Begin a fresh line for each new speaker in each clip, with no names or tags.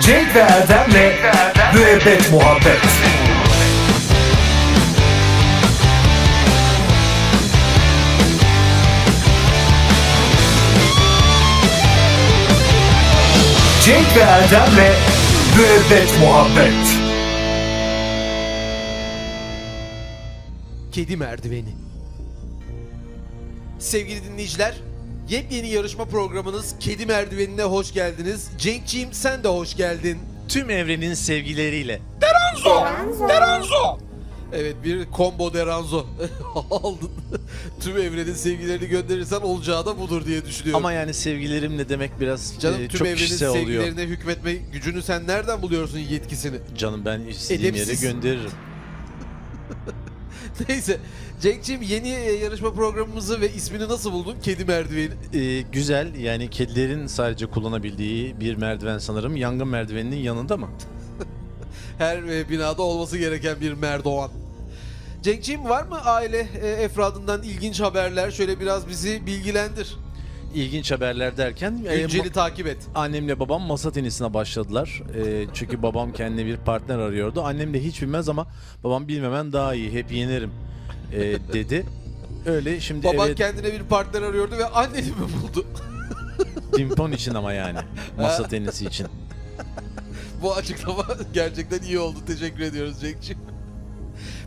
Cenk ve Erdem'le Müebbet Muhabbet Cenk ve Erdem'le Müebbet Muhabbet
Kedi merdiveni. Sevgili dinleyiciler, yepyeni yarışma programınız Kedi Merdiveni'ne hoş geldiniz. Cenk'ciğim sen de hoş geldin.
tüm evrenin sevgileriyle.
Evet bir combo deranzo aldın. Tüm evrenin sevgilerini gönderirsen olacağı da budur diye düşünüyorum. Ee,
Ama yani sevgilerimle demek biraz
Canım
e,
tüm
çok
evrenin
kişisel
sevgilerine
oluyor.
hükmetme gücünü sen nereden buluyorsun yetkisini?
Canım ben istediğim yere
Edepsiz.
gönderirim.
Neyse. Cenk'ciğim yeni e, yarışma programımızı ve ismini nasıl buldun? Kedi merdiveni.
E, güzel yani kedilerin sadece kullanabildiği bir merdiven sanırım. Yangın merdiveninin yanında mı?
Her e, binada olması gereken bir merdoğan. Cenk'ciğim var mı aile e, efradından ilginç haberler? Şöyle biraz bizi bilgilendir.
İlginç haberler derken e,
Günceli
ma-
takip et.
annemle babam masa tenisine başladılar. E, çünkü babam kendine bir partner arıyordu. Annem de hiç bilmez ama babam bilmemen daha iyi hep yenerim e, dedi. Öyle şimdi
Baban
evet
kendine bir partner arıyordu ve anneni mi buldu?
pimpon için ama yani masa tenisi için.
Bu açıklama gerçekten iyi oldu. Teşekkür ediyoruz Cenk'ciğim.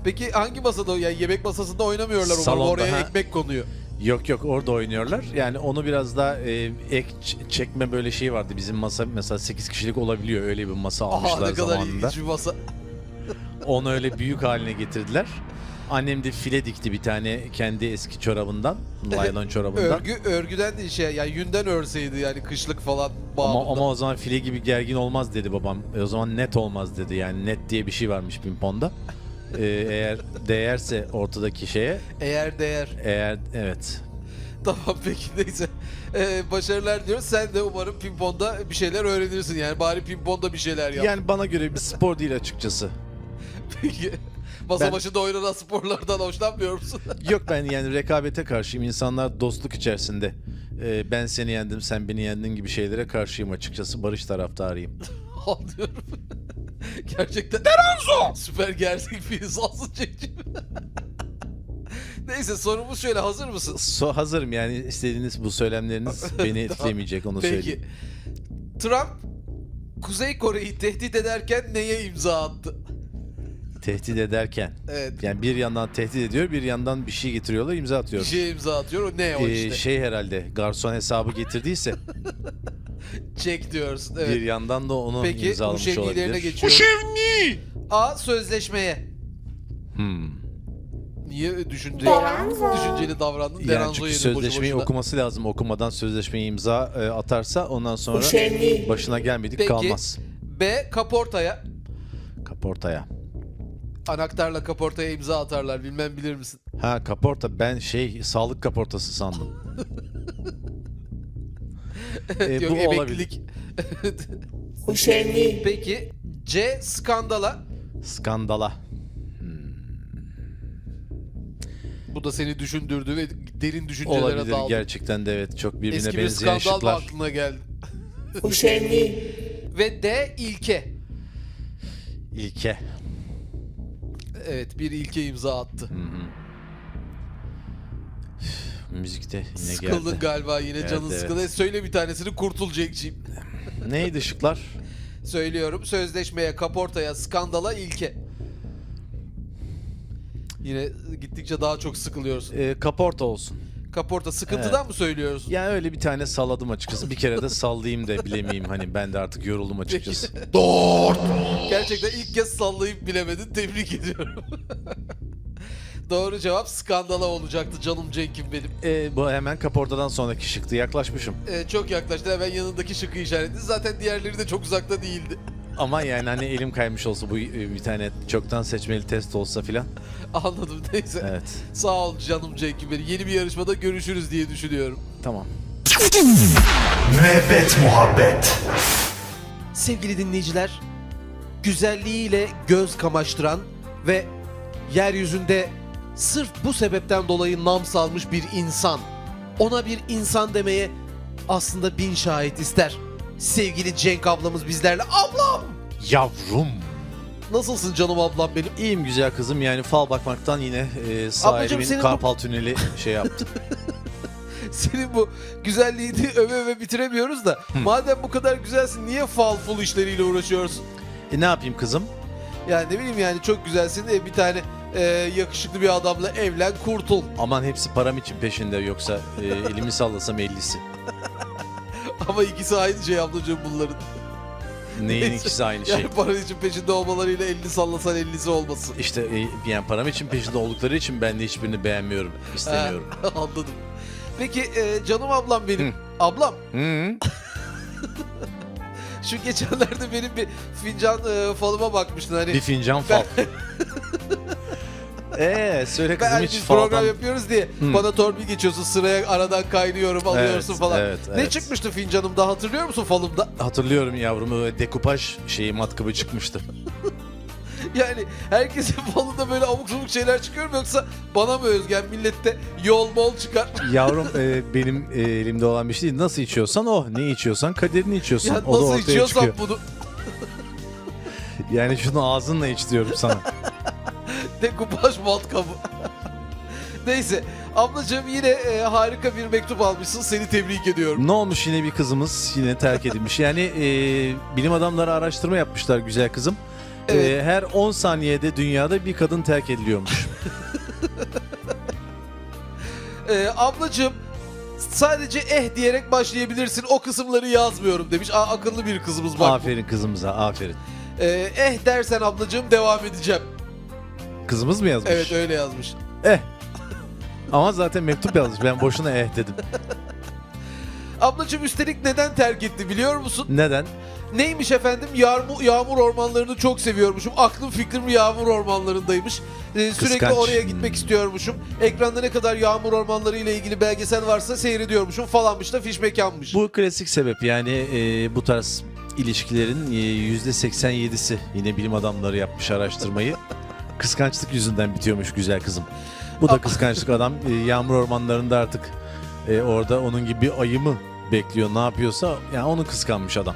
Peki hangi masada? Yani yemek masasında oynamıyorlar umarım.
Salonda,
Oraya
ha?
ekmek konuyor.
Yok yok orada oynuyorlar. Yani onu biraz daha e, ek ç- çekme böyle şey vardı. Bizim masa mesela 8 kişilik olabiliyor. Öyle bir masa
Aha
almışlar
ne kadar
zamanında.
ilginç bir masa.
Onu öyle büyük haline getirdiler. Annem de file dikti bir tane kendi eski çorabından. Laylon çorabından.
Örgü, örgüden de şey yani yünden örseydi yani kışlık falan
Ama,
bağımında.
ama o zaman file gibi gergin olmaz dedi babam. E, o zaman net olmaz dedi. Yani net diye bir şey varmış pimponda. E, eğer değerse ortadaki şeye
Eğer değer.
eğer evet
Tamam peki neyse. Ee, başarılar diyoruz. Sen de umarım pimponda bir şeyler öğrenirsin. Yani bari pimponda bir şeyler yap.
yani bana göre bir spor değil açıkçası
Peki. Masa
Ben-
başında oynanan sporlardan hoşlanmıyor musun?
Yok ben yani rekabete karşıyım. İnsanlar dostluk içerisinde. e, ben seni yendim, sen beni yendin gibi şeylere karşıyım açıkçası. Barış taraftarıyım.
Anlıyorum. Gerçekten Deranzo! süper gerçek bir insansın Cenk'ciğim. Neyse sorumuz şöyle hazır mısın?
So, hazırım yani istediğiniz bu söylemleriniz beni etkilemeyecek onu
Peki.
söyleyeyim.
Trump Kuzey Kore'yi tehdit ederken neye imza attı?
Tehdit ederken.
Evet.
Yani bir yandan tehdit ediyor, bir yandan bir şey getiriyorlar, imza
Bir
atıyor.
şeye imza atıyor. O ne o
Ee,
işte?
şey herhalde garson hesabı getirdiyse
Çek diyorsun. Evet.
bir yandan da onu
Peki bu
imzalamış olabilir.
şevnilerine geçiyorum. A. Sözleşmeye.
Hmm.
Niye düşünce, düşünceli davrandın?
Yani
Deranzo
çünkü
yedin boşu
sözleşmeyi
boşuna.
okuması lazım. Okumadan sözleşmeyi imza e, atarsa ondan sonra başına gelmedik
Peki.
kalmaz.
B. Kaportaya.
Kaportaya.
Anahtarla kaportaya imza atarlar. Bilmem bilir misin?
Ha kaporta ben şey sağlık kaportası sandım. E,
Yok,
bu olabilir.
emeklilik. Peki C. Skandala.
Skandala.
Bu da seni düşündürdü ve derin düşüncelere
Olabilir
daldın.
gerçekten de evet çok birbirine
Eski bir
benzeyen
skandal da
şıklar.
aklına geldi. Ve D. ilke.
İlke.
Evet bir ilke imza attı.
Hmm, Müzikte yine
Sıkıldın
geldi.
galiba yine
Evet,
canın
evet.
sıkıldı. E, Söyle bir tanesini kurtul Cenk'ciğim.
Neydi şıklar?
Söylüyorum sözleşmeye, kaportaya, skandala, ilke. Yine gittikçe daha çok sıkılıyorsun.
E, kaporta olsun.
Kaporta sıkıntıdan mı söylüyorsun?
Yani öyle bir tane salladım açıkçası. Bir kere de sallayayım da bilemeyeyim. Hani ben de artık yoruldum açıkçası.
Gerçekten ilk kez sallayıp bilemedin. Tebrik ediyorum. Doğru cevap skandala olacaktı canım Cenk'im benim.
E, bu hemen kaportadan sonraki şıktı. Yaklaşmışım.
Ee, çok yaklaştı hemen yanındaki şıkı işaretledi. Zaten diğerleri de çok uzakta değildi.
Ama yani hani elim kaymış olsa bu e, bir tane çoktan seçmeli test olsa filan.
Anladım neyse.
Evet.
Sağ ol canım Cenk'im benim. Yeni bir yarışmada görüşürüz diye düşünüyorum.
Tamam.
Müebbet Muhabbet
Sevgili dinleyiciler, güzelliğiyle göz kamaştıran ve yeryüzünde sırf bu sebepten dolayı nam salmış bir insan. Ona bir insan demeye aslında bin şahit ister. Sevgili Cenk ablamız bizlerle. Ablam!
Yavrum.
Nasılsın canım ablam benim?
İyiyim güzel kızım yani fal bakmaktan yine e, sahibimin
senin bu-
karpal tüneli şey yaptı.
Senin bu güzelliğini öve öve bitiremiyoruz da. Madem bu kadar güzelsin niye fal ful işleriyle uğraşıyorsun?
e, ne yapayım kızım?
Yani ne bileyim yani çok güzelsin de bir tane e, yakışıklı bir adamla evlen kurtul.
Aman hepsi param için peşinde yoksa e, elimi sallasam ellisi.
Ama ikisi aynı şey ablacığım bunların.
Neyin
Neyse.
ikisi aynı şey.
Yani paranın için peşinde olmalarıyla elini sallasan ellisi olmasın.
İşte e, yani param için peşinde oldukları için ben de hiçbirini beğenmiyorum, istemiyorum.
Anladım. Peki e, canım ablam benim. Ablam
Hı.
şu geçenlerde benim bir fincan e, falıma bakmıştın hani.
Bir fincan fal. Eee söyle kızım
Ben
hiç
biz program
faldan.
yapıyoruz diye
Hı.
bana torpil geçiyorsun sıraya aradan kaynıyorum alıyorsun
Evet,
falan.
evet,
Ne
evet.
çıkmıştı fincanımda hatırlıyor musun falımda?
Hatırlıyorum yavrum e, dekupaj şeyi matkabı çıkmıştı.
Yani herkesin falında böyle abuk sabuk şeyler çıkıyor mu yoksa bana mı özgen millette yol bol çıkar.
Yavrum e, benim e, elimde olan bir şey değil. Nasıl içiyorsan o. Ne içiyorsan kaderini içiyorsun.
Ya
o da
nasıl
ortaya
içiyorsan
çıkıyor.
bunu
Yani şunu ağzınla iç diyorum sana.
dekupaj matkabı. Neyse ablacığım yine e, harika bir mektup almışsın seni tebrik ediyorum.
ne olmuş yine bir kızımız yine terk edilmiş. Yani e, bilim adamları araştırma yapmışlar güzel kızım. E,
Evet.
her 10 saniyede dünyada bir kadın terk ediliyormuş.
E, ablacığım sadece eh diyerek başlayabilirsin o kısımları yazmıyorum demiş. Aa, akıllı bir kızımız bak. bu.
aferin kızımıza aferin.
Ee, eh dersen ablacığım devam edeceğim.
Kızımız mı yazmış?
Evet öyle yazmış.
Eh. Ama zaten mektup yazmış. Ben boşuna eh dedim.
Ablacığım üstelik neden terk etti biliyor musun?
Neden?
Neymiş efendim? Yağmur, yağmur ormanlarını çok seviyormuşum. Aklım fikrim yağmur ormanlarındaymış. Ee, sürekli
Kıskanç. Hmm.
oraya gitmek istiyormuşum. Ekranda ne kadar yağmur ormanları ile ilgili belgesel varsa seyrediyormuşum falanmış da fiş mekanmış.
Bu klasik sebep yani e, bu tarz ilişkilerin e, %87'si yine bilim adamları yapmış araştırmayı. kıskançlık yüzünden bitiyormuş güzel kızım. Bu da kıskançlık adam e, yağmur ormanlarında artık e, orada onun gibi bir ayı mı bekliyor ne yapıyorsa yani onu kıskanmış adam.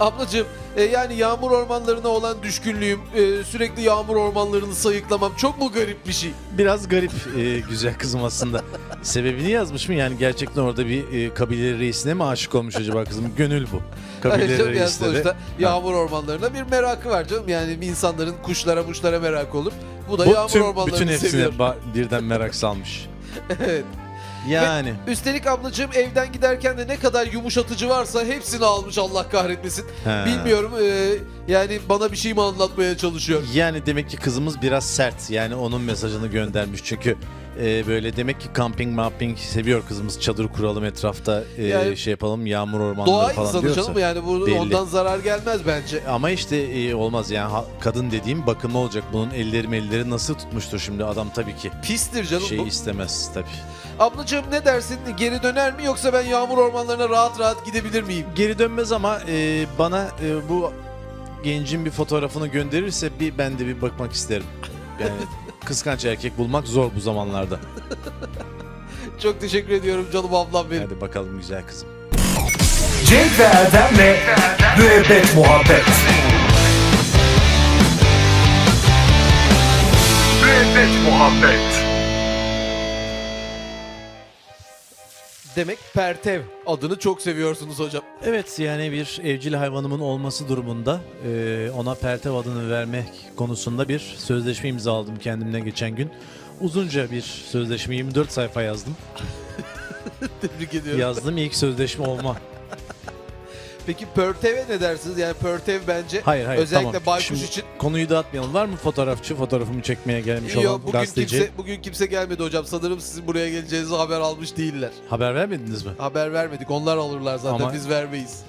Ablacığım e, yani yağmur ormanlarına olan düşkünlüğüm, e, sürekli yağmur ormanlarını sayıklamam çok mu garip bir şey?
Biraz garip e, güzel kızım aslında. Sebebini yazmış mı yani gerçekten orada bir e, kabile reisine mi aşık olmuş acaba kızım? Gönül bu.
Evet
Kabile
canım yani
reisine de.
sonuçta yağmur ormanlarına bir merakı var canım. Yani insanların kuşlara muşlara merak olur. Bu da
Bu
yağmur
tüm-
ormanlarını
bütün hepsine
seviyor.
ba- birden merak salmış.
evet.
Yani
Üstelik ablacığım evden giderken de ne kadar yumuşatıcı varsa hepsini almış Allah kahretmesin.
He.
Bilmiyorum e, yani bana bir şey mi anlatmaya çalışıyor.
Yani demek ki kızımız biraz sert. Yani onun mesajını göndermiş. Çünkü e, böyle demek ki camping mapping seviyor kızımız. Çadır kuralım etrafta e,
Yani
şey yapalım yağmur ormanları
Doğa
falan
insanı
diyorsa.
canım yani bu,
belli.
ondan zarar gelmez bence.
Ama işte e, olmaz yani ha- kadın dediğim bakımlı olacak. Bunun elleri elleri nasıl tutmuştur şimdi adam tabii ki.
Pistir canım
Şey
bu.
istemez tabii.
Ablacığım ne dersin geri döner mi yoksa ben yağmur ormanlarına rahat rahat gidebilir miyim?
Geri dönmez ama e, bana e, bu gencin bir fotoğrafını gönderirse bir ben de bir bakmak isterim. Yani kıskanç erkek bulmak zor bu zamanlarda.
Çok teşekkür ediyorum canım ablam benim.
Hadi bakalım güzel kızım.
Cenk ve Erdem'le Müebbet Muhabbet Müebbet Muhabbet
Demek Pertev adını çok seviyorsunuz hocam.
Evet yani bir evcil hayvanımın olması durumunda e, ona Pertev adını vermek konusunda bir sözleşme imzaladım kendimle geçen gün. Uzunca bir sözleşme 24 sayfa yazdım.
Tebrik ediyorum.
Yazdım ilk sözleşme olma.
Peki Pertev'e ne dersiniz? Yani Pertev bence
Hayır hayır
özellikle
tamam.
baykuş
Şimdi
için
Konuyu dağıtmayalım. Var mı fotoğrafçı fotoğrafımı çekmeye gelmiş
Yok,
olan
bugün
gazeteci?
kimse bugün kimse gelmedi hocam. Sanırım sizin buraya geleceğinizi haber almış değiller.
Haber vermediniz mi?
Haber vermedik. Onlar alırlar zaten.
Ama-
Biz vermeyiz.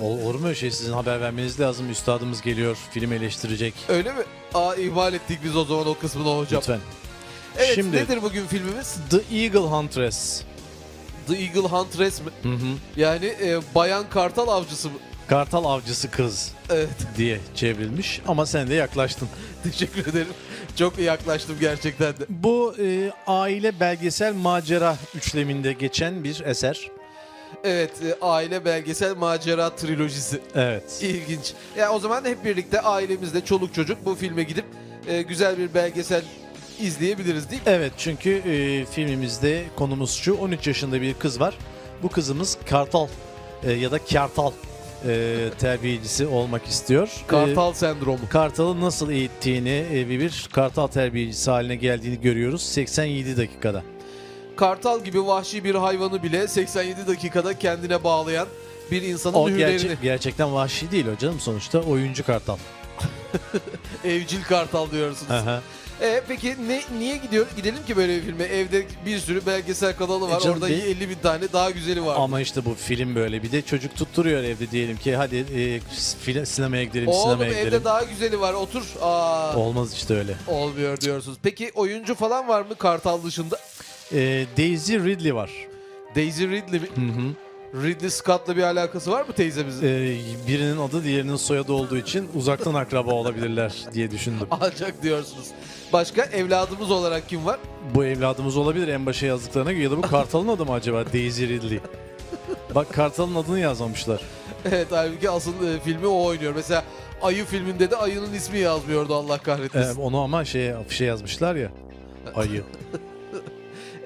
Ol- olur mu öyle şey sizin haber vermeniz lazım. Üstadımız geliyor film eleştirecek.
Öyle mi? Aa ihmal ettik biz o zaman o kısmını hocam.
Lütfen.
Evet,
Şimdi
nedir bugün filmimiz?
The Eagle Huntress.
The Eagle Hunt resmi.
Hı hı.
Yani e, bayan kartal avcısı mı?
Kartal avcısı kız
Evet,
diye çevrilmiş ama sen de yaklaştın.
teşekkür ederim. Çok yaklaştım gerçekten de.
Bu e, aile belgesel macera üçleminde geçen bir eser.
Evet, e, aile belgesel macera trilojisi.
Evet.
İlginç. Ya o zaman hep birlikte ailemizle çoluk çocuk bu filme gidip e, güzel bir belgesel izleyebiliriz değil mi?
Evet çünkü e, filmimizde konumuz şu 13 yaşında bir kız var. Bu kızımız kartal e, ya da kartal e, terbiyecisi olmak istiyor. E,
Kartal sendromu.
Kartal'ı nasıl eğittiğini e, ve bir kartal terbiyecisi haline geldiğini görüyoruz 87 dakikada.
Kartal gibi vahşi bir hayvanı bile 87 dakikada kendine bağlayan bir insanın
O
hüylerini.
gerçek, gerçekten vahşi değil o canım sonuçta oyuncu kartal.
Evcil kartal diyorsunuz.
Aha.
E, peki ne, niye gidiyor? Gidelim ki böyle bir filme. Evde bir sürü belgesel kanalı var.
E canım
Orada
değil.
50 bin tane daha güzeli var.
Ama işte bu film böyle bir de çocuk tutturuyor evde diyelim ki hadi e, fil- sinemaya gidelim
Oğlum
sinemaya gidelim.
evde daha güzeli var. Otur. Aa,
Olmaz işte öyle.
olmuyor diyorsunuz. Peki oyuncu falan var mı Kartal dışında?
E, Daisy Ridley var.
Daisy Ridley mi?
Hı hı.
Ridley Scott'la bir alakası var mı teyzemizin?
Ee, birinin adı diğerinin soyadı olduğu için uzaktan akraba olabilirler diye düşündüm.
Ancak diyorsunuz. Başka evladımız olarak kim var?
Bu evladımız olabilir en başa yazdıklarına göre ya da bu Kartal'ın adı mı acaba Daisy Ridley? Bak Kartal'ın adını yazmamışlar.
Evet halbuki asıl e, filmi o oynuyor. Mesela Ayı filminde de ayının ismi yazmıyordu Allah
Ee,
kahretmesin.
onu ama şey afişe yazmışlar ya. Ayı.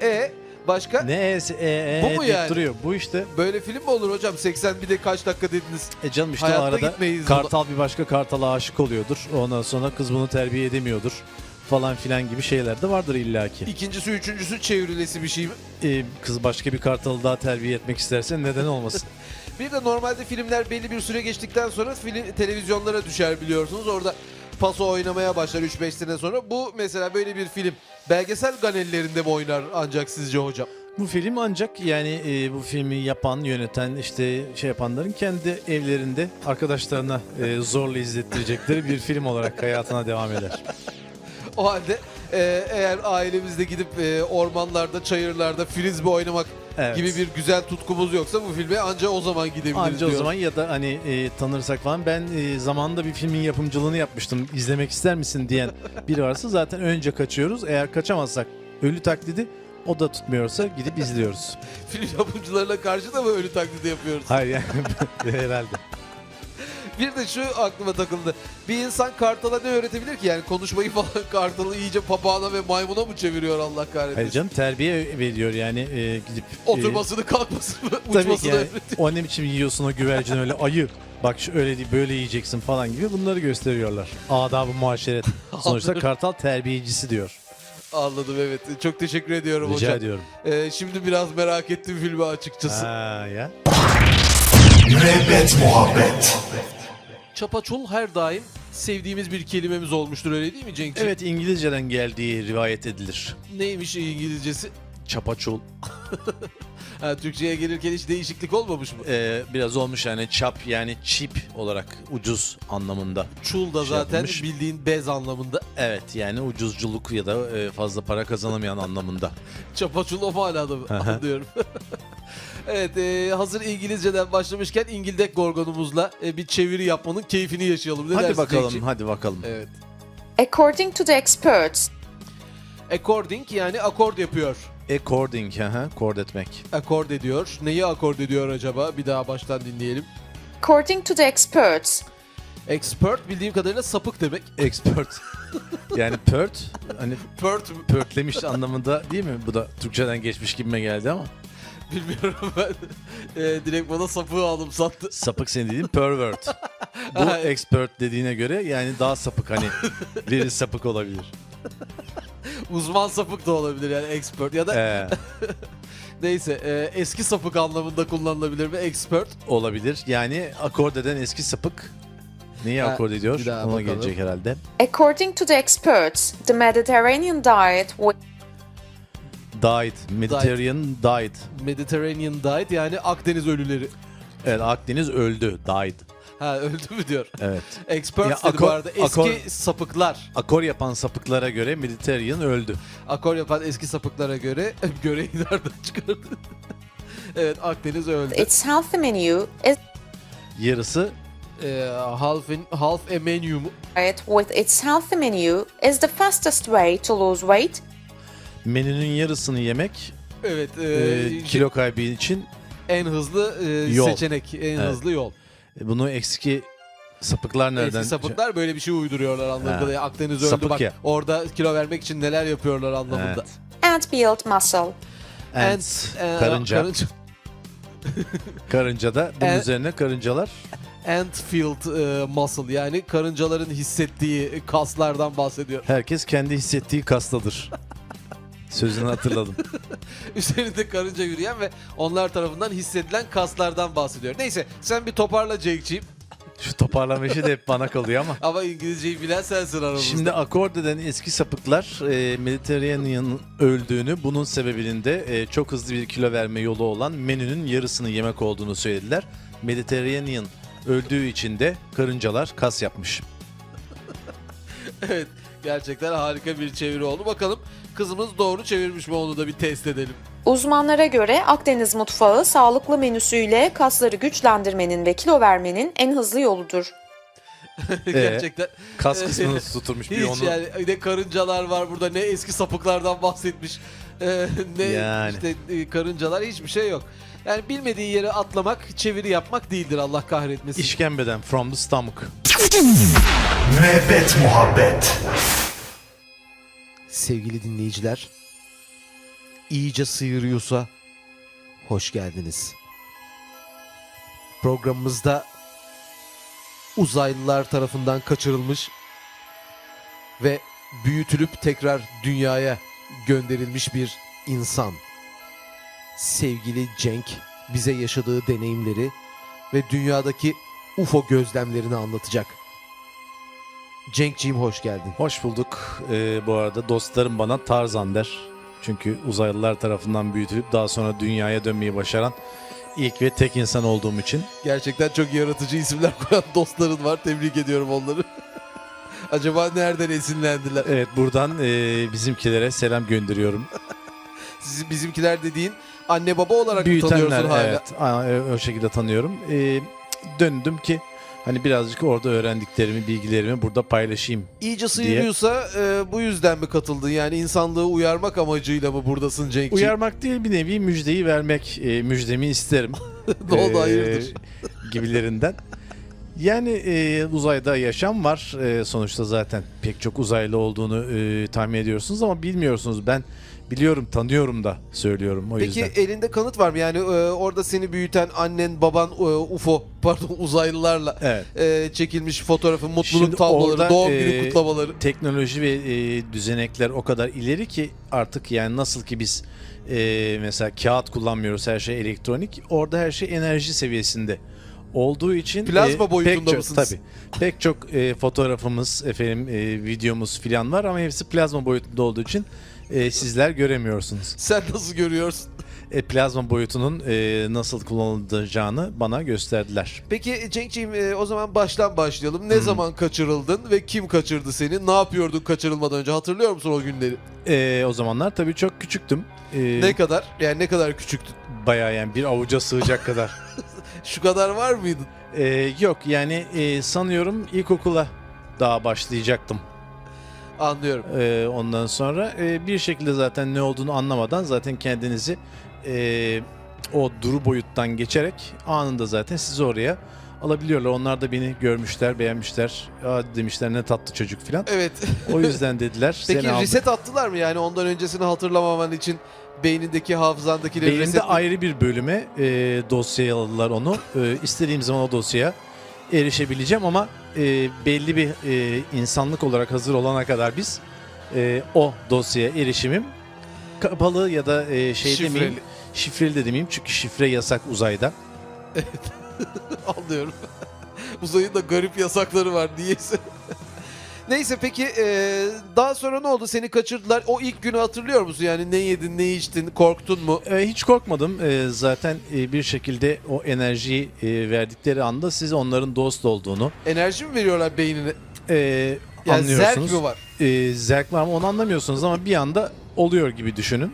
E başka?
ne e'si e, e,
Bu
e
mu
deyip
yani?
duruyor. Bu işte.
Böyle film mi olur hocam? 81 de kaç dakika dediniz?
E canım işte
Hayatta
o arada
gitmeyiz
Kartal bir başka Kartal'a aşık oluyordur. Ondan sonra kız bunu terbiye edemiyordur falan filan gibi şeyler de vardır illaki.
İkincisi, üçüncüsü çevrilesi bir şey mi?
Ee, kız başka bir Kartal'ı daha terbiye etmek isterse neden olmasın?
Bir de normalde filmler belli bir süre geçtikten sonra film televizyonlara düşer biliyorsunuz. Orada paso oynamaya başlar 3-5 sene sonra. Bu mesela böyle bir film. Belgesel ganellerinde mi oynar ancak sizce hocam?
Bu film ancak yani e, bu filmi yapan, yöneten, işte şey yapanların kendi evlerinde arkadaşlarına e, zorla izlettirecekleri bir film olarak hayatına devam eder.
O halde e, eğer ailemizde gidip e, ormanlarda, çayırlarda frisbee oynamak
Evet.
gibi bir güzel tutkumuz yoksa bu filme anca o zaman gidebiliriz
Anca o
diyorum.
zaman ya da hani e, tanırsak falan ben e, zamanında bir filmin yapımcılığını yapmıştım. İzlemek ister misin diyen biri varsa zaten önce kaçıyoruz. Eğer kaçamazsak ölü taklidi o da tutmuyorsa gidip izliyoruz.
Film yapımcılarına karşı da mı ölü taklidi yapıyoruz?
Hayır yani herhalde.
Bir de şu aklıma takıldı. Bir insan kartala ne öğretebilir ki? Yani konuşmayı falan kartalı iyice papağana ve maymuna mı çeviriyor Allah kahretsin?
Hayır canım terbiye veriyor yani e, gidip. e,
Oturmasını, kalkmasını,
Tabii ki
uçmasını
yani,
öğret-
o ne biçim yiyorsun o güvercin öyle ayı. Bak şu öyle değil böyle yiyeceksin falan gibi bunları gösteriyorlar. Adab-ı muaşeret. Sonuçta kartal terbiyecisi diyor.
Anladım evet. Çok teşekkür ediyorum
Rica
hocam.
ediyorum.
Ee, şimdi biraz merak ettim filmi açıkçası.
Ha ya.
Müebbet muhabbet.
Çapaçul her daim sevdiğimiz bir kelimemiz olmuştur öyle değil mi Cenk'ciğim?
Evet İngilizceden geldiği rivayet edilir.
Neymiş İngilizcesi?
Çapaçul.
Ha, Türkçe'ye gelirken hiç değişiklik olmamış mı?
Ee, biraz olmuş yani çap yani cheap olarak ucuz anlamında.
Çul da
şey
zaten
yapılmış.
bildiğin bez anlamında.
Evet yani ucuzculuk ya da e, fazla para kazanamayan anlamında.
Çapaçul o manada mı? anlıyorum. evet e, hazır İngilizceden başlamışken İngildek gorgonumuzla e, bir çeviri yapmanın keyfini yaşayalım. Ne
hadi
dersin
bakalım
Cenk'ciğim?
hadi bakalım.
Evet.
According to the experts,
According yani akord yapıyor.
E, According, aha, kord etmek.
Akord ediyor. Neyi akord ediyor acaba? Bir daha baştan dinleyelim.
according to the experts,
Expert bildiğim kadarıyla sapık demek.
Expert. yani pert. Hani
Pert mi?
pörtlemiş anlamında değil mi? Bu da Türkçeden geçmiş gibime geldi ama.
bilmiyorum ben. E, direkt bana sapığı aldım sattı.
Sapık senin dediğin pervert. Bu
Evet.
expert dediğine göre yani daha sapık hani. Biri sapık olabilir.
Uzman sapık da olabilir yani expert ya da
Ee,
neyse e, eski sapık anlamında kullanılabilir mi expert?
olabilir. Yani akord eden eski sapık. Neyi
Ha,
akord ediyor?
bir daha
Ona
bakalım.
gelecek herhalde.
according to the experts, the Mediterranean diet was
Died. Mediterranean died.
Mediterranean diet yani Akdeniz ölüleri.
Evet Akdeniz öldü. Died.
Ha öldü mü diyor.
Evet. Ya,
Experts dedi bu
akor-
arada. Eski
akor-
sapıklar.
Akor yapan sapıklara göre Mediterranean öldü.
Akor yapan eski sapıklara göre göreyi nereden çıkardı? evet Akdeniz öldü.
its healthy menu is
Yarısı
Ee, half, in, half a menu mu?
diet with its healthy menu is the fastest way to lose weight
menünün yarısını yemek
Evet. E,
e, kilo kaybı için
En hızlı e,
Ee, Yol.
seçenek, en hızlı yol.
E, Bunu eski sapıklar nereden?
Eski sapıklar böyle bir şey uyduruyorlar anlamında.
Ha.
Ya Akdeniz öldü
Sapık
bak
ya.
orada kilo vermek için neler yapıyorlar anlamında.
Evet.
and build muscle.
Ants,
And, e,
karınca.
karınca.
Karınca da bunun
Ant-
üzerine karıncalar
Ant field e, muscle yani karıncaların hissettiği kaslardan bahsediyor.
herkes kendi hissettiği kastadır. Sözünü hatırladım.
Üzerinde karınca yürüyen ve onlar tarafından hissedilen kaslardan bahsediyor. Neyse sen bir toparla Jake'ciğim
Şu toparlama işi de hep bana kalıyor ama.
ama İngilizceyi bilen sensin aramızda.
Şimdi akordeden eski sapıklar e, Mediterranean'ın öldüğünü, bunun sebebinin de e, çok hızlı bir kilo verme yolu olan menünün yarısını yemek olduğunu söylediler. Mediterranean öldüğü için de karıncalar kas yapmış.
Evet gerçekten harika bir çeviri oldu. Bakalım kızımız doğru çevirmiş mi onu da bir test edelim.
Uzmanlara göre Akdeniz mutfağı sağlıklı menüsüyle kasları güçlendirmenin ve kilo vermenin en hızlı yoludur.
gerçekten.
Ee,
Ee,
Kas kısmını tutturmuş bir
Hiç
onu.
yani ne karıncalar var burada ne eski sapıklardan bahsetmiş. Ee, ne
Yani.
işte e, karıncalar hiçbir şey yok. Yani bilmediği yere atlamak, çeviri yapmak değildir Allah kahretmesin.
İşkembeden from the stomach.
Müebbet muhabbet.
Sevgili dinleyiciler, iyice sıyırıyorsa hoş geldiniz. Programımızda uzaylılar tarafından kaçırılmış ve büyütülüp tekrar dünyaya gönderilmiş bir insan. Sevgili Cenk bize yaşadığı deneyimleri ve dünyadaki UFO gözlemlerini anlatacak. Cenk'ciğim hoş geldin.
Hoş bulduk. Ee, bu arada dostlarım bana Tarzan der. Çünkü uzaylılar tarafından büyütülüp daha sonra dünyaya dönmeyi başaran ilk ve tek insan olduğum için.
Gerçekten çok yaratıcı isimler koyan dostların var. Tebrik ediyorum onları. Acaba nereden esinlendiler?
Evet buradan e, bizimkilere selam gönderiyorum.
Sizin bizimkiler dediğin anne baba olarak mı
Büyütenler
tanıyorsun hala?
evet a- ö- o şekilde tanıyorum. Ee, döndüm ki hani birazcık orada öğrendiklerimi, bilgilerimi burada paylaşayım.
İyice sıyırıyorsa e, bu yüzden mi katıldın? Yani insanlığı uyarmak amacıyla mı buradasın Cenk'ciğim?
Uyarmak değil bir nevi müjdeyi vermek, e, müjdemi isterim.
ne oldu
Ee,
hayırdır?
gibilerinden. Yani e, uzayda yaşam var. E, sonuçta zaten pek çok uzaylı olduğunu e, tahmin ediyorsunuz ama bilmiyorsunuz. Ben biliyorum, tanıyorum da söylüyorum o
Peki
yüzden.
elinde kanıt var mı? Yani e, orada seni büyüten annen, baban, e, UFO, pardon uzaylılarla
Evet.
e, çekilmiş fotoğrafın, mutluluk
Şimdi
tabloları,
orada,
doğum günü
e,
kutlamaları.
Teknoloji ve e, düzenekler o kadar ileri ki artık yani nasıl ki biz e, mesela kağıt kullanmıyoruz her şey elektronik. Orada her şey enerji seviyesinde olduğu için e,
Plazma boyutunda
pek çok,
mısınız?
Tabii. Pek çok e, fotoğrafımız, efendim e, videomuz filan var ama hepsi plazma boyutunda olduğu için e, sizler göremiyorsunuz.
Sen nasıl görüyorsun?
E, plazma boyutunun e, nasıl kullanılacağını bana gösterdiler.
Peki Cenk'ciğim e, o zaman baştan başlayalım. Ne zaman kaçırıldın ve kim kaçırdı seni? Ne yapıyordun kaçırılmadan önce? Hatırlıyor musun o günleri?
E, o zamanlar tabii çok küçüktüm. E,
Ne kadar? Yani ne kadar küçüktün?
bayağı yani bir avuca sığacak kadar.
Şu kadar var mıydın?
Ee, yok yani e, sanıyorum ilkokula daha başlayacaktım.
Anlıyorum.
Ee, ondan sonra e, bir şekilde zaten ne olduğunu anlamadan zaten kendinizi e, o duru boyuttan geçerek anında zaten sizi oraya alabiliyorlar. Onlar da beni görmüşler, beğenmişler. Aa, demişler ne tatlı çocuk filan.
Evet.
O yüzden dediler
Peki
seni aldık.
reset attılar mı? Yani ondan öncesini hatırlamaman için beynindeki hafızandakileri
Beynimde
reset...
ayrı bir bölüme e, dosyayı aldılar onu. E, istediğim zaman o dosyaya erişebileceğim ama e, belli bir e, insanlık olarak hazır olana kadar biz e, o dosyaya erişimim kapalı ya da e, şey
Şifreli.
demeyeyim şifreli de demeyeyim çünkü şifre yasak uzayda.
Anlıyorum. Uzayın da garip yasakları var niyeyse. Neyse peki e, daha sonra ne oldu? Seni kaçırdılar. O ilk günü hatırlıyor musun? Yani ne yedin, ne içtin, korktun mu?
E, hiç korkmadım. E, zaten e, bir şekilde o enerjiyi e, verdikleri anda siz onların dost olduğunu
Enerji mi veriyorlar beynine?
e,
Ee, Yani
anlıyorsunuz.
zerk mi var?
e, zevk var mı onu anlamıyorsunuz ama bir anda oluyor gibi düşünün.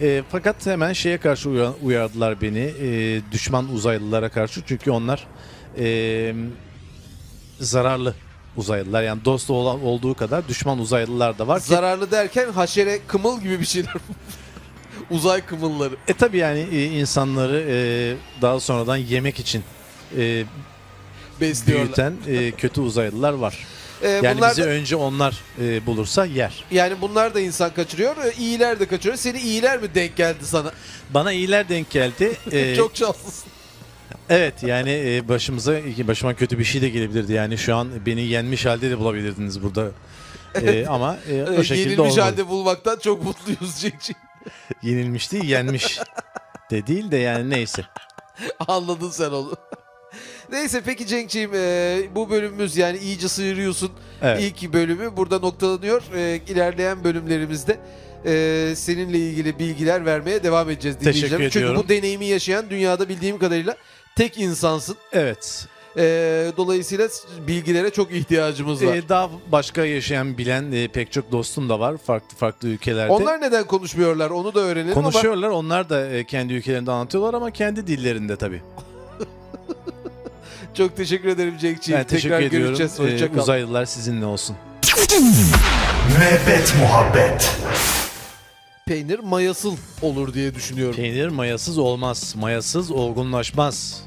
E, fakat hemen şeye karşı uya- uyardılar beni e, düşman uzaylılara karşı çünkü onlar e, zararlı uzaylılar yani dost olan olduğu kadar düşman uzaylılar da var ki
Zararlı derken haşere kımıl gibi bir şeyler. Uzay kımılları.
E tabi yani e, insanları e, daha sonradan yemek için e,
besliyorlar.
büyüten e, kötü uzaylılar var.
Ee,
Yani
bunlar
bizi
da-
önce onlar e, bulursa yer.
yani bunlar da insan kaçırıyor. ee, İyiler de kaçırıyor. Seni iyiler mi denk geldi sana?
Bana iyiler denk geldi. E,
Çok şanslısın.
Evet yani e, başımıza başıma kötü bir şey de gelebilirdi. Yani şu an beni yenmiş halde de bulabilirdiniz burada. E, ama e,
Ee,
o şekilde
Yenilmiş
olmadı.
halde bulmaktan çok mutluyuz Cenk'ciğim.
Yenilmiş değil yenmiş de değil de yani neyse.
Anladın sen onu. Neyse peki Cenk'ciğim ee, bu bölümümüz yani iyice sıyırıyorsun.
Evet.
İlk bölümü burada noktalanıyor. Ee, ilerleyen bölümlerimizde ee, seninle ilgili bilgiler vermeye devam edeceğiz
Teşekkür
dinleyicilerim. Çünkü
ediyorum.
bu deneyimi yaşayan dünyada bildiğim kadarıyla tek insansın.
Evet.
Ee, dolayısıyla bilgilere çok ihtiyacımız var.
E, daha başka yaşayan bilen e, pek çok dostum da var farklı farklı ülkelerde.
Onlar neden konuşmuyorlar onu da öğrenelim ama
Konuşuyorlar onlar da e, kendi ülkelerinde anlatıyorlar ama kendi dillerinde tabii.
çok teşekkür ederim Cenk'ciğim.
Ben teşekkür
Tekrar
ediyorum.
görüşeceğiz.
E,
Hoşça kal.
uzaylılar sizinle olsun.
Müebbet muhabbet.
Peynir mayasıl olur diye düşünüyorum.
Peynir mayasız olmaz. Mayasız olgunlaşmaz.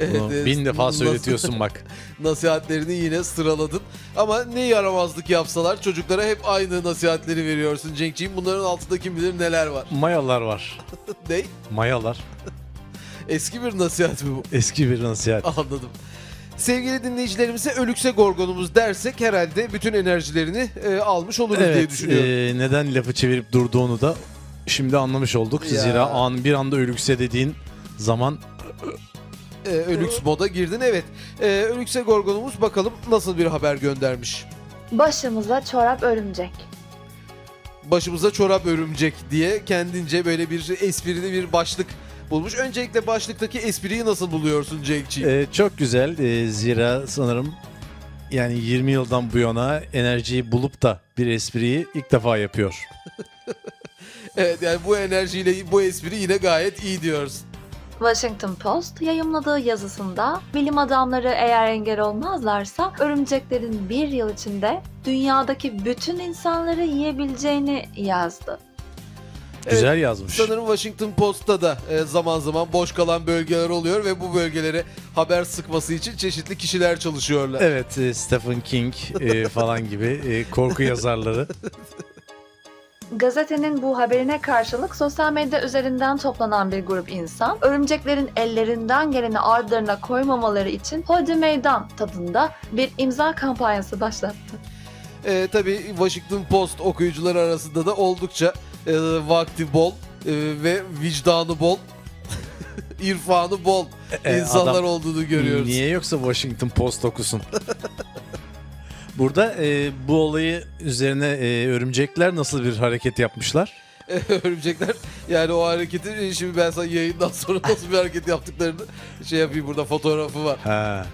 Bunu
Evet,
bin defa
nasıl-
söyletiyorsun bak.
Nasihatlerini yine sıraladın. Ama ne yaramazlık yapsalar çocuklara hep aynı nasihatleri veriyorsun Cenk'ciğim. Bunların altında kim bilir neler var.
Mayalar var.
ne?
Mayalar.
Eski bir nasihat mi bu?
Eski bir nasihat.
Anladım. Sevgili dinleyicilerimize ölükse gorgonumuz dersek herhalde bütün enerjilerini e, almış oluruz diye düşünüyorum.
e, neden lafı çevirip durduğunu da şimdi anlamış olduk.
Ya.
Zira an bir anda ölükse dediğin zaman
Ee, Ölüks moda girdin evet. Ee, Ölükse Gorgon'umuz bakalım nasıl bir haber göndermiş.
Başımıza çorap örümcek.
Başımıza çorap örümcek diye kendince böyle bir esprili bir başlık bulmuş. Öncelikle başlıktaki espriyi nasıl buluyorsun Cenk'ciğim?
e, çok güzel. E, zira sanırım yani 20 yıldan bu yana enerjiyi bulup da bir espriyi ilk defa yapıyor.
Evet yani bu enerjiyle bu espri yine gayet iyi diyorsun.
Washington Post yayımladığı yazısında bilim adamları eğer engel olmazlarsa örümceklerin bir yıl içinde dünyadaki bütün insanları yiyebileceğini yazdı.
Güzel yazmış.
Sanırım Washington Post'ta da e, zaman zaman boş kalan bölgeler oluyor ve bu bölgelere haber sıkması için çeşitli kişiler çalışıyorlar.
Evet, e, Stephen King e, falan gibi e, korku yazarları.
Gazetenin bu haberine karşılık sosyal medya üzerinden toplanan bir grup insan, örümceklerin ellerinden geleni ardlarına koymamaları için Hodri Meydan tadında bir imza kampanyası başlattı.
E, tabii Washington Post okuyucuları arasında da oldukça e, vakti bol e, ve vicdanı bol, irfanı bol
E,
insanlar
adam-
olduğunu görüyoruz.
Niye yoksa Washington Post okusun. Burada e, bu olayı üzerine e, örümcekler nasıl bir hareket yapmışlar?
Örümcekler yani o hareketi e, şimdi ben sana yayından sonra nasıl bir hareket yaptıklarını şey yapayım burada fotoğrafı var.
Ha.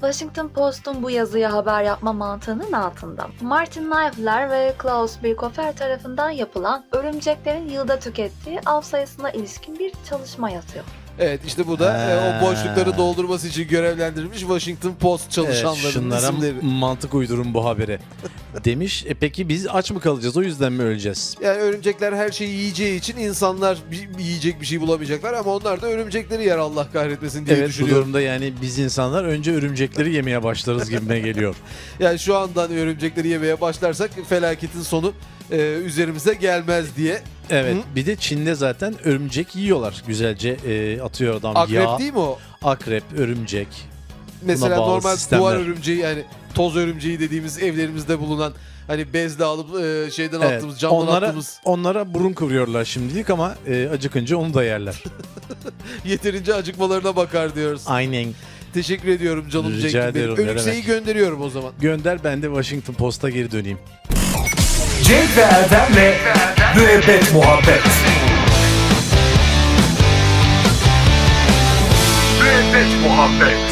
Washington Post'un bu yazıya haber yapma mantığının altında Martin Knife'ler ve Klaus Birkofer tarafından yapılan örümceklerin yılda tükettiği av sayısına ilişkin bir çalışma yazıyor.
Evet işte bu da e,
Ha.
o boşlukları doldurması için görevlendirilmiş Washington Post
Evet,
çalışanlarının
şunlara
isimleri.
mantık uydurun bu habere. Demiş. E, peki biz aç mı kalacağız? O yüzden mi öleceğiz?
Yani örümcekler her şeyi yiyeceği için insanlar bir- bir yiyecek bir şey bulamayacaklar ama onlar da örümcekleri yer Allah kahretmesin diye
evet bu
düşünüyorum.
durumda yani biz insanlar önce örümcekleri yemeye başlarız gibime geliyor.
Yani şu andan örümcekleri yemeye başlarsak felaketin sonu e, üzerimize gelmez diye.
Evet
Hı.
bir de Çin'de zaten örümcek yiyorlar güzelce e, atıyor adam
Akrep
yağ.
değil mi o?
Akrep, örümcek.
Mesela
bağlı
normal
sistemler.
duvar örümceği yani toz örümceği dediğimiz evlerimizde bulunan hani bezle alıp e, şeyden
Evet,
attığımız camdan
onlara,
attığımız
onlara burun kıvırıyorlar şimdilik ama e, acıkınca onu da yerler.
yeterince acıkmalarına bakar diyoruz.
Aynen.
Teşekkür ediyorum canım
Rica
Cenk'im benim.
ediyorum, ne
Ölükseyi
demek.
gönderiyorum o zaman.
Gönder ben de Washington Post'a geri döneyim.
Cenk ve Erdem'le Müebbet Muhabbet Müebbet Muhabbet